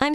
I'm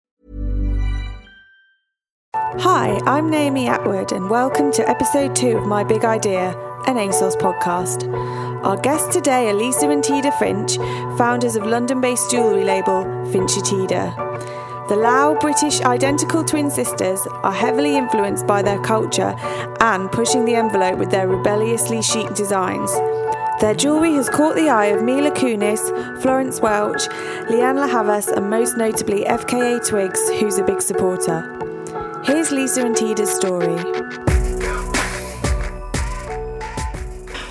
Hi, I'm Naomi Atwood, and welcome to episode two of My Big Idea, an ASOS podcast. Our guests today are Lisa and Tida Finch, founders of London based jewellery label Finch Tida. The Lao British identical twin sisters are heavily influenced by their culture and pushing the envelope with their rebelliously chic designs. Their jewellery has caught the eye of Mila Kunis, Florence Welch, Leanne Le Havas, and most notably FKA Twigs, who's a big supporter. Here's Lisa and Tida's story.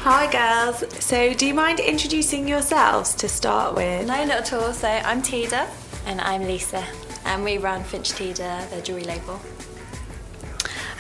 Hi, girls. So, do you mind introducing yourselves to start with? No, not at all. So I'm Tida. And I'm Lisa. And we run Finch Tida, the jewellery label.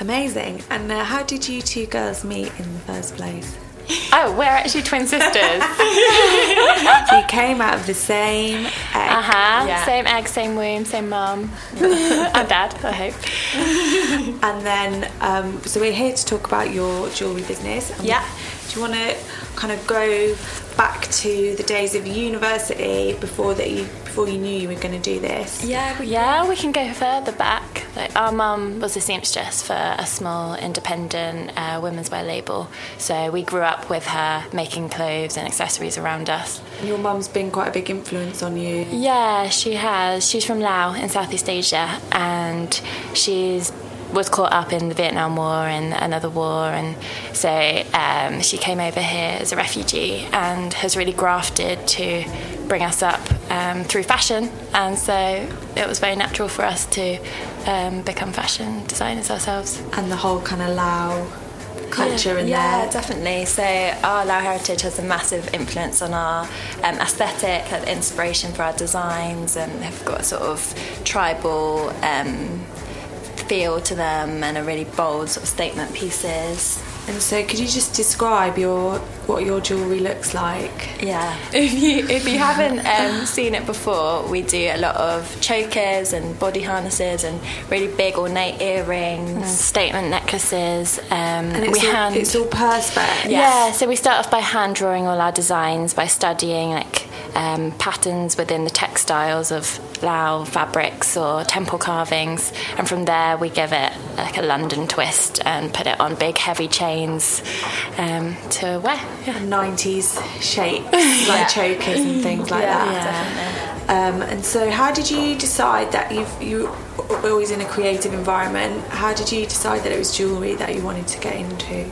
Amazing. And uh, how did you two girls meet in the first place? Oh, we're actually twin sisters. So you came out of the same. egg. Uh-huh. Uh huh. Yeah. Same egg, same womb, same mum. and dad, I hope. And then, um, so we're here to talk about your jewellery business. And Yeah. Do you want to kind of go back to the days of university before that you before you knew you were going to do this? Yeah, we Yeah, we can go further back. Like our mum was a seamstress for a small independent uh, women's wear label, so we grew up with her making clothes and accessories around us. Your mum's been quite a big influence on you. Yeah, she has. She's from Laos in Southeast Asia, and she's was caught up in the Vietnam War and another war, and so um, she came over here as a refugee and has really grafted to bring us up um, through fashion. And so it was very natural for us to um, become fashion designers ourselves. and the whole kind of Lao culture in yeah, there. definitely. So our Lao heritage has a massive influence on our um, aesthetic, and inspiration for our designs, and have got a sort of tribal um, feel to them, and a really bold sort of statement pieces. And so, could you just describe your what your jewellery looks like? Yeah. If you if you haven't um, seen it before, we do a lot of chokers and body harnesses and really big ornate earrings. Statement necklaces. Um, And it's, we all, hand. it's all perspex. Yeah, so we start off by hand drawing all our designs by studying like um, patterns within the textiles of Lao fabrics or temple carvings, and from there we give it like a London twist and put it on big heavy chains um, to wear. Yeah. 90s shapes like chokers and things like Yeah, that. Um, and so, how did you decide that you've you were always in a creative environment? How did you decide that it was jewellery that you wanted to get into?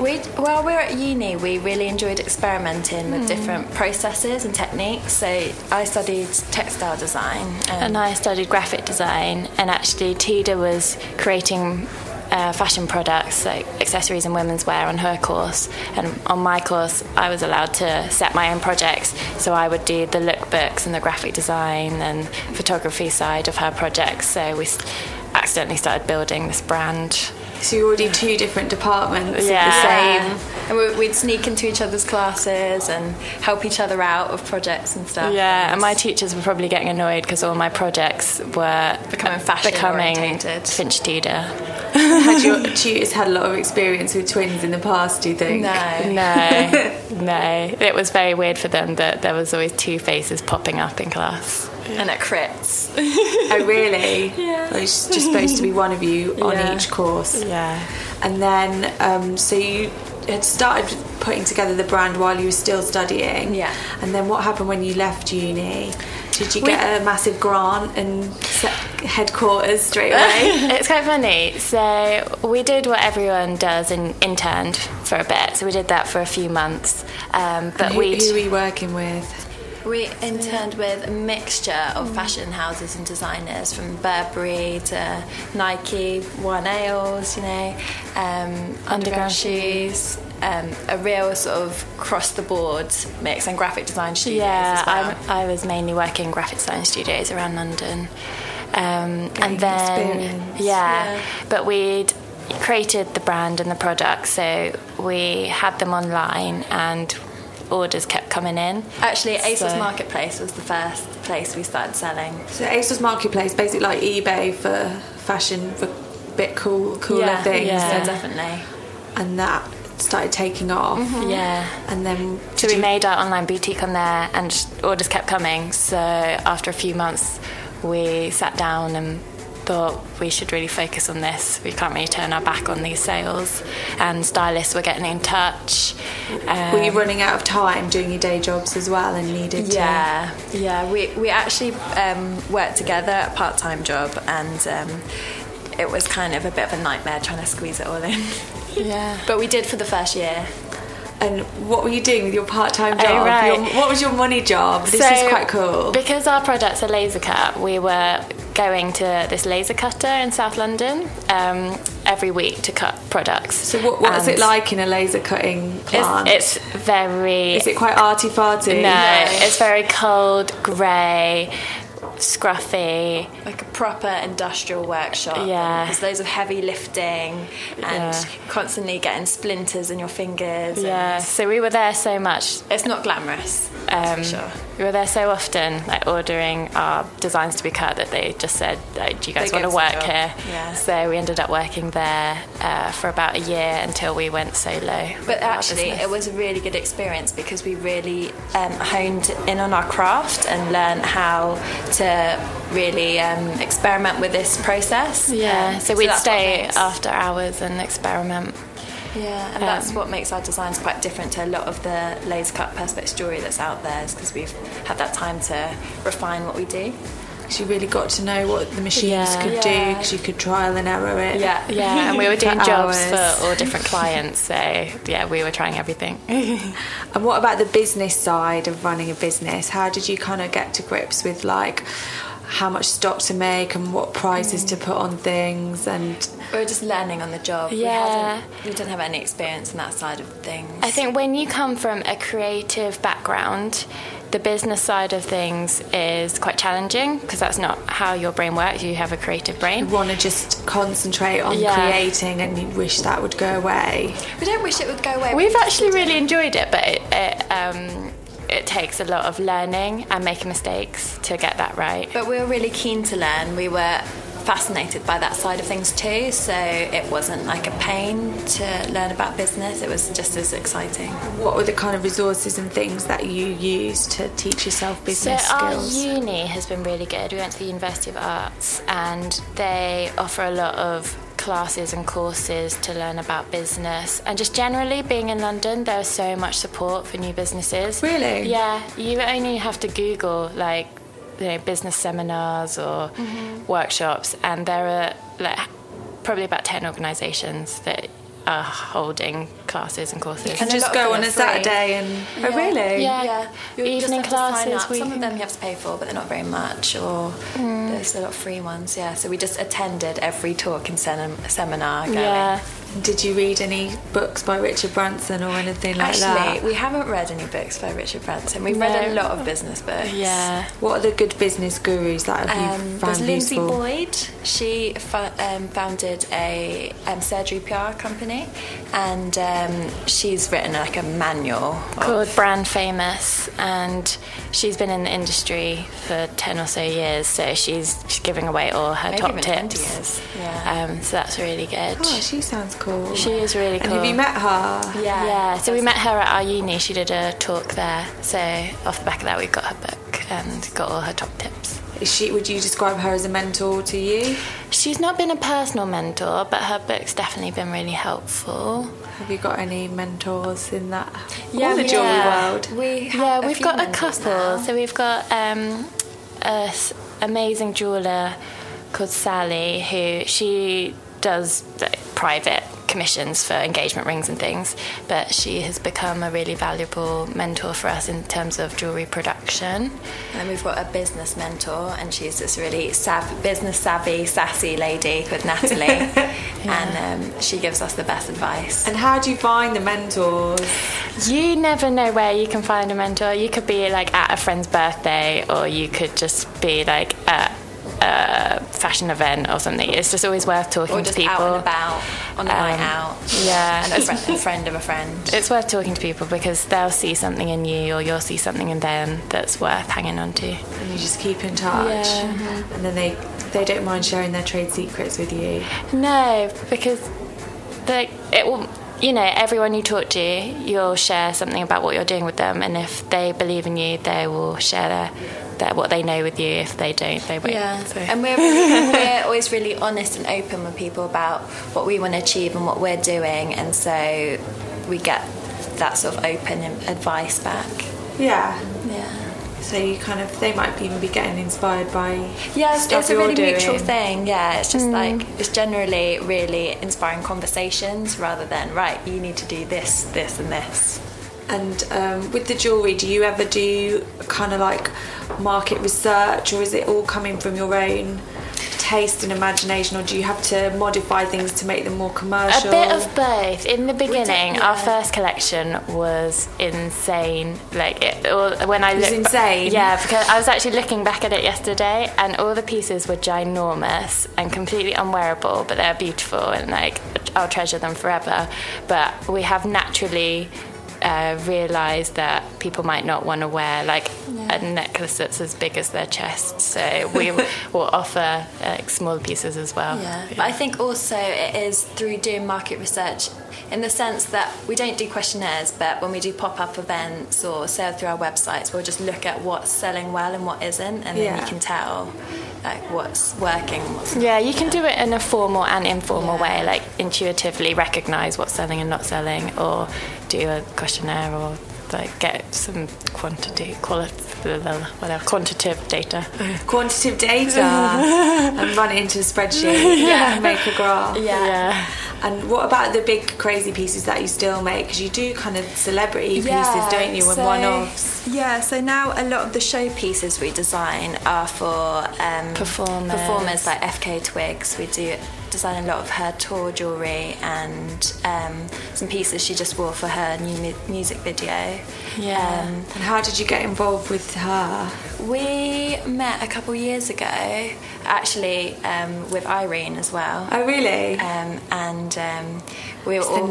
We while we were at uni, we really enjoyed experimenting Hmm. with different processes and techniques. So I studied textile design. And I studied graphic design, and actually Tida was creating. Uh, fashion products like accessories and women's wear on her course and on my course I was allowed to set my own projects so I would do the lookbooks and the graphic design and photography side of her projects so we s- accidentally started building this brand So you're already two different departments. Yeah. Of the same. And we- we'd sneak into each other's classes and help each other out with projects and stuff. yeah and my teachers were probably getting annoyed because all my projects were Becoming fashion becoming orientated. Finch Tida Had your tutors had a lot of experience with twins in the past? Do you think? no. No, no. It was very weird for them that there was always two faces popping up in class. and at crits. Oh, really? Yeah. it's just supposed to be one of you on Yeah. each course. Yeah. And then, um, so you had started putting together the brand while you were still studying. Yeah. And then what happened when you left uni? Did you get a massive grant and set headquarters straight away? It's quite funny. So we did what everyone does and interned for a bit. So we did that for a few months. Um, but who, we who were you working with? We interned with a mixture Mm. of fashion houses and designers from Burberry to Nike, One Ales, you know, um, underground shoes, um, a real sort of cross the board mix and graphic design studios yeah, as well. I'm- I was mainly working in graphic design studios around London. Um, Gained and then, experience. yeah, Yeah. but we'd created the brand and the product, so we had them online and orders kept coming in. Actually, ASOS So- Marketplace was the first place we started selling. So ASOS Marketplace, basically like eBay for fashion, for a bit cool, cooler yeah, things, yeah. so definitely. and that started taking off. Yeah. And then So we made our online boutique on there, and orders kept coming. So after a few months, we sat down and thought we should really focus on this. We can't really turn our back on these sales, and stylists were getting in touch. Um, were you running out of time doing your day jobs as well, and needed to? Yeah, yeah. We we actually um, worked together at a part time job, and um, it was kind of a bit of a nightmare trying to squeeze it all in. Yeah. but we did for the first year. And what were you doing with your part-time job? Oh, right. Your- what was your money job? This So, is quite cool. Because our products are laser cut, we were going to this laser cutter in South London um, every week to cut products. So what, what is And it like in a laser cutting plant? It's, it's very. is it quite arty farty? No, it's very cold, grey, scruffy. Like a proper industrial workshop. Yeah. There's loads of heavy lifting and Yeah. constantly getting splinters in your fingers. and Yeah, so we were there so much. It's not glamorous, that's Um, for sure. We were there so often, like ordering our designs to be cut, that they just said, like, "Do you guys They want give to us a work job. here?" Yeah. So we ended up working there uh, for about a year until we went solo. But actually, it was a really good experience because we really um, honed in on our craft and learned how to really um, experiment with this process. yeah. Um, So we'd that's what stay makes- after hours and experiment. Yeah, and Um, that's what makes our designs quite different to a lot of the laser cut perspex jewelry that's out there, is because we've had that time to refine what we do. She really got to know what the machines Yeah. could do 'cause do Yeah. because you could trial and error it. Yeah, Yeah, and we were doing For jobs hours. for all different clients. So yeah, we were trying everything. And what about the business side of running a business? How did you kind of get to grips with like how much stock to make and what Mm. prices to put on things? And We were just learning on the job. Yeah. We, hadn't, we didn't have any experience in that side of things. I think when you come from a creative background, the business side of things is quite challenging because that's not how your brain works. You have a creative brain. you want to just concentrate on Yeah. creating, and you wish that would go away. we don't wish it would go away. We've actually really enjoyed it, but it, it, um, it takes a lot of learning and making mistakes to get that right. But we were really keen to learn. We were fascinated by that side of things too, so it wasn't like a pain to learn about business. It was just as exciting. What were the kind of resources and things that you used to teach yourself business so skills? our uni has been really good. We went to the University of Arts, and they offer a lot of classes and courses to learn about business and just generally being in London. There is so much support for new businesses. Really? Yeah, you only have to Google like you know business seminars or Mm-hmm. workshops, and there are like probably about ten organisations that are holding classes and courses. and a just lot of go them on a are free. Saturday and oh really? Yeah. You just Evening have to sign classes, up. Some we- Mm. of them you have to pay for, but they're not very much. Or there's a lot of free ones. Yeah. So we just attended every talk and sen- seminar. Going. yeah. Did you read any books by Richard Branson or anything like Actually, that? we haven't read any books by Richard Branson. We've read a No. lot of business books. Yeah. What are the good business gurus that have you Um, found there's Lindsay useful? Boyd. She fo- um, founded a um, surgery PR company, and um, she's written like a manual. called Brand Famous, and she's been in the industry for ten or so years. So she's, she's giving away all her Maybe top even 20 tips. years, yeah. Um, so that's really good. Oh, she sounds cool. She is really And have cool. you met her? yeah. So we met her at our uni. She did a talk there. So off the back of that, we got her book and got all her top tips. Is she? Would you describe her as a mentor to you? She's not been a personal mentor, but her book's definitely been really helpful. Have you got any mentors in that? Yeah, all the we- jewelry yeah. world. We have Yeah, we've few got a mentors couple. now. So we've got um, an amazing jeweler called Sally, who she does like, private commissions for engagement rings and things, but she has become a really valuable mentor for us in terms of jewelry production. And then we've got a business mentor, and she's this really sav- business savvy, sassy lady called Natalie, and um, she gives us the best advice. And how do you find the mentors? You never know where you can find a mentor. You could be like at a friend's birthday, or you could just be like at a fashion event or something. It's just always worth talking Or to just people. out and about on a night Um, out. yeah. And a friend, a friend of a friend. It's worth talking to people because they'll see something in you or you'll see something in them that's worth hanging on to. and you just keep in touch, Mm-hmm. Yeah. and then they they don't mind sharing their trade secrets with you. No, because like it will. You know, everyone you talk to, you'll share something about what you're doing with them, and if they believe in you, they will share their, their what they know with you. If they don't, they won't. Yeah, So- and we're really, we're always really honest and open with people about what we want to achieve and what we're doing, and so we get that sort of open advice back. Yeah. Yeah, So you kind of they might even be getting inspired by yeah, it's, stuff it's a you're really doing. mutual thing. Yeah, it's just like it's generally really inspiring conversations rather than right, you need to do this, this, and this. And um, with the jewellery, do you ever do kind of like market research or is it all coming from your own taste and imagination or do you have to modify things to make them more A commercial? bit of both. In the beginning, yeah. our first collection was insane. Like it, all, when I was look- insane? Yeah, because I was actually looking back at it yesterday, and all the pieces were ginormous and completely unwearable, but they're beautiful, and like I'll treasure them forever. But we have naturally. Uh, realized that people might not want to wear like a necklace that's as big as their chest, so we will offer like smaller pieces as well. Yeah, but I think also it is through doing market research in the sense that we don't do questionnaires, but when we do pop up events or sell through our websites, we'll just look at what's selling well and what isn't, and then Yeah. you can tell like what's working. and What's Yeah, you can do it in a formal and informal Yeah. way, like intuitively recognize what's selling and not selling, or do a questionnaire, or like get some quantity, quality, whatever, quantitative data. Quantitative data and run it into a spreadsheet yeah. and make a graph. Yeah. Yeah. And what about the big crazy pieces that you still make? Because you do kind of celebrity pieces, don't you? And so- one-offs. Yeah, so now a lot of the show pieces we design are for um, Performers. performers like FK Twigs. We do design a lot of her tour jewellery and um, some pieces she just wore for her new mu- music video. Yeah. Um, And how did you get involved with her? we met a couple years ago, actually, um, with Irene as well. Oh, really? Um, and um, we were it's all the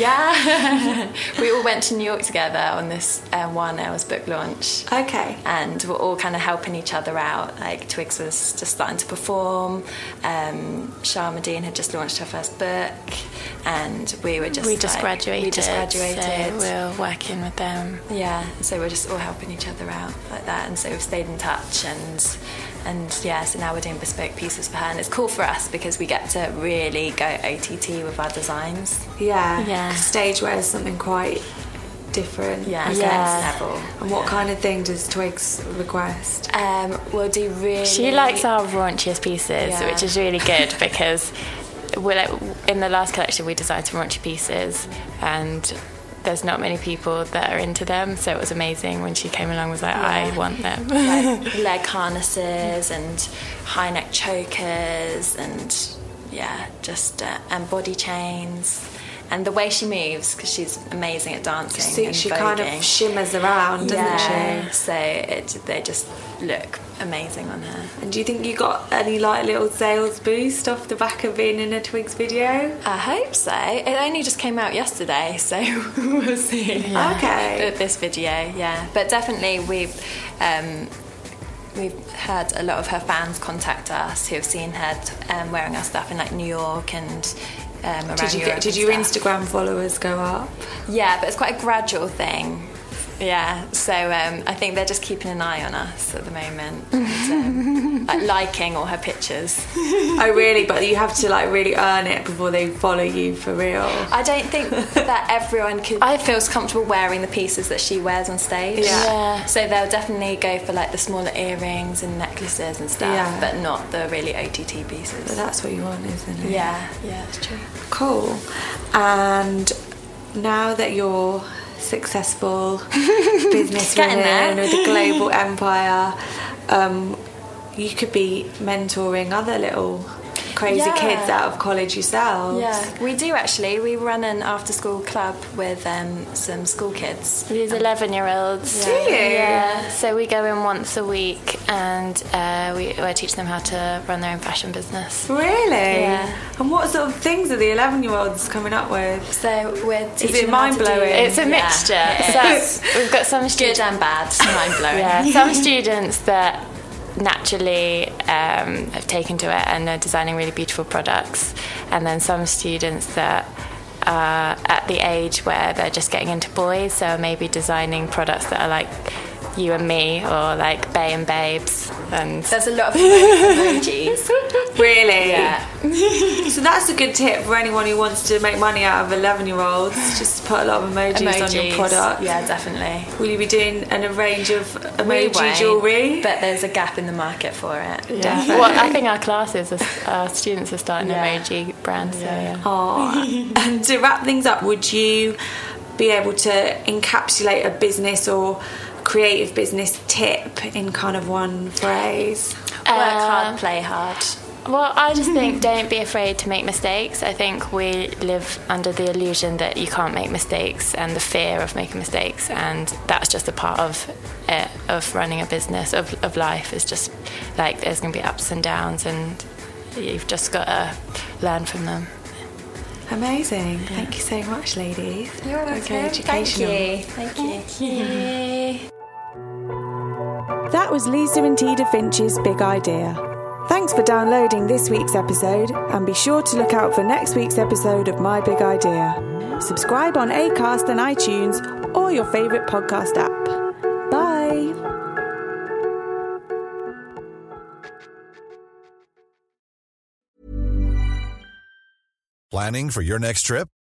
yeah, we all went to New York together on this um, one hour's book Oh, launch. Okay. And we're all kind of helping each other out. Like Twigs was just starting to perform. Um, Sharma Dean had just launched her first book, and we were just We just like- graduated. We just graduated. So we're working with them. yeah, so we're just all helping each other out like that, and so we've stayed in touch, and and yeah, so now we're doing bespoke pieces for her, and it's cool for us because we get to really go OTT with our designs. Yeah. Yeah. 'cause Stage wear is something quite different. Yeah, I it's guess. next level. And what kind of thing does Twigs request? Um, we'll do really. She likes our raunchiest pieces, Yeah. which is really good because we're like, in the last collection we designed some raunchy pieces, and there's not many people that are into them. So it was amazing when she came along. and Was like, I want them. like, leg harnesses and high neck chokers and yeah, just uh, and body chains and the way she moves because she's amazing at dancing. See, and she kind of voguing. shimmers around, doesn't yeah, she? so it, they just look amazing on her. And do you think you got any like little sales boost off the back of being in a Twigs video? I hope so. It only just came out yesterday, so we'll see. Okay. Th- This video, yeah. But definitely, we've um, we've had a lot of her fans contact us who have seen her um, wearing our stuff in like New York and. Um, around Did you Europe get, and did your stuff. Instagram followers go up? Yeah, but it's quite a gradual thing. Yeah, so um, I think they're just keeping an eye on us at the moment, and, um, like liking all her pictures. oh really? But you have to like really earn it before they follow you for real. I don't think that everyone could. I feels comfortable wearing the pieces that she wears on stage. Yeah. Yeah. So they'll definitely go for like the smaller earrings and necklaces and stuff, Yeah. but not the really OTT pieces. But that's what you want, isn't it? yeah, yeah, it's true. Cool. And now that you're successful Getting there. businesswoman with a global empire, um, you could be mentoring other little crazy Yeah. kids out of college yourselves. Yeah, we do actually. We run an after school club with um, some school kids. These 11 year olds. Do you? Yeah. So we go in once a week and uh, we, I teach them how to run their own fashion business. Really? Yeah. And what sort of things are the 11 year olds coming up with? So we're teaching them how to do- mind-blowing? It's a Yeah, mixture. it is. So we've got some good students. and bad, mind blowing. Yeah, some students that naturally um, have taken to it and are designing really beautiful products, and then some students that are at the age where they're just getting into boys, so maybe designing products that are like you and me or like Bay and Babes, and There's a lot of emojis. Really? Yeah. So that's a good tip for anyone who wants to make money out of 11 year olds. Just put a lot of emojis, on your product. Yeah, definitely. Will you be doing an, a range of We emoji won't, jewellery? But there's a gap in the market for it. yeah. well, I think our classes, are, our students are starting Yeah. emoji brands. So yeah. Aw. and to wrap things up, would you be able to encapsulate a business or creative business tip in kind of one phrase? Work Um, hard, play hard. Well, I just think don't be afraid to make mistakes. I think we live under the illusion that you can't make mistakes and the fear of making mistakes, and that's just a part of it, of running a business, of, of life. It's just like there's going to be ups and downs, and you've just got to learn from them. Amazing. Thank you so much, ladies. You're Very welcome. Thank educational. you. Thank you. That was Lisa and Tida Finch's Big Idea. Thanks for downloading this week's episode, and be sure to look out for next week's episode of My Big Idea. Subscribe on Acast and iTunes or your favourite podcast app. Bye. Planning for your next trip?